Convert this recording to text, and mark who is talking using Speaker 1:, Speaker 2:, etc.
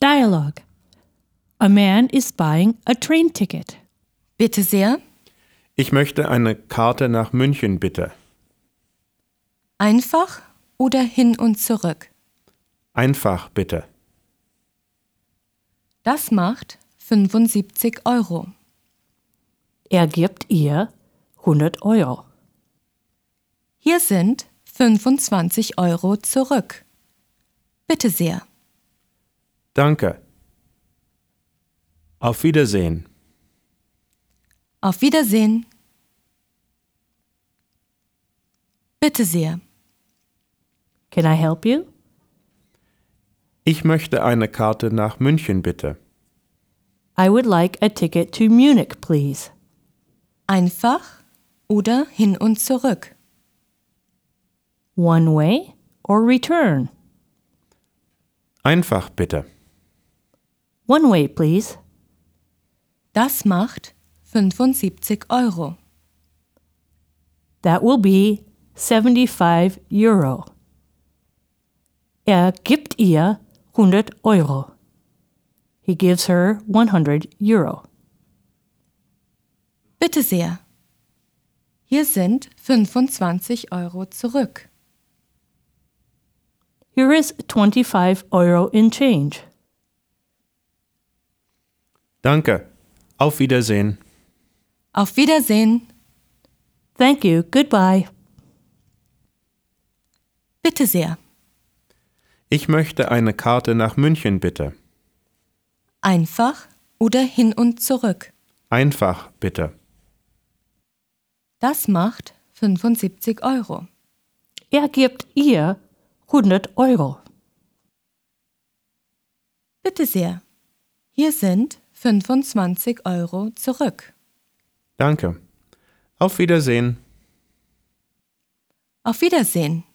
Speaker 1: Dialogue. A man is buying a train ticket.
Speaker 2: Bitte sehr.
Speaker 3: Ich möchte eine Karte nach München, bitte.
Speaker 2: Einfach oder hin und zurück.
Speaker 3: Einfach, bitte.
Speaker 2: Das macht 75 Euro.
Speaker 1: Er gibt ihr 100 Euro.
Speaker 2: Hier sind 25 Euro zurück. Bitte sehr.
Speaker 3: Danke. Auf Wiedersehen.
Speaker 2: Auf Wiedersehen. Bitte sehr.
Speaker 1: Can I help you?
Speaker 3: Ich möchte eine Karte nach München, bitte.
Speaker 1: I would like a ticket to Munich, please.
Speaker 2: Einfach oder hin und zurück.
Speaker 1: One way or return?
Speaker 3: Einfach, bitte.
Speaker 1: One way, please.
Speaker 2: Das macht 75 Euro.
Speaker 1: That will be 75 Euro. Er gibt ihr 100 Euro. He gives her 100 Euro.
Speaker 2: Bitte sehr. Hier sind 25 Euro zurück.
Speaker 1: Here is 25 Euro in change.
Speaker 3: Danke. Auf Wiedersehen.
Speaker 2: Auf Wiedersehen.
Speaker 1: Thank you. Goodbye.
Speaker 2: Bitte sehr.
Speaker 3: Ich möchte eine Karte nach München, bitte.
Speaker 2: Einfach oder hin und zurück.
Speaker 3: Einfach, bitte.
Speaker 2: Das macht 75 Euro.
Speaker 1: Er gibt ihr 100 Euro.
Speaker 2: Bitte sehr. Hier sind 25 Euro zurück.
Speaker 3: Danke. Auf Wiedersehen.
Speaker 2: Auf Wiedersehen.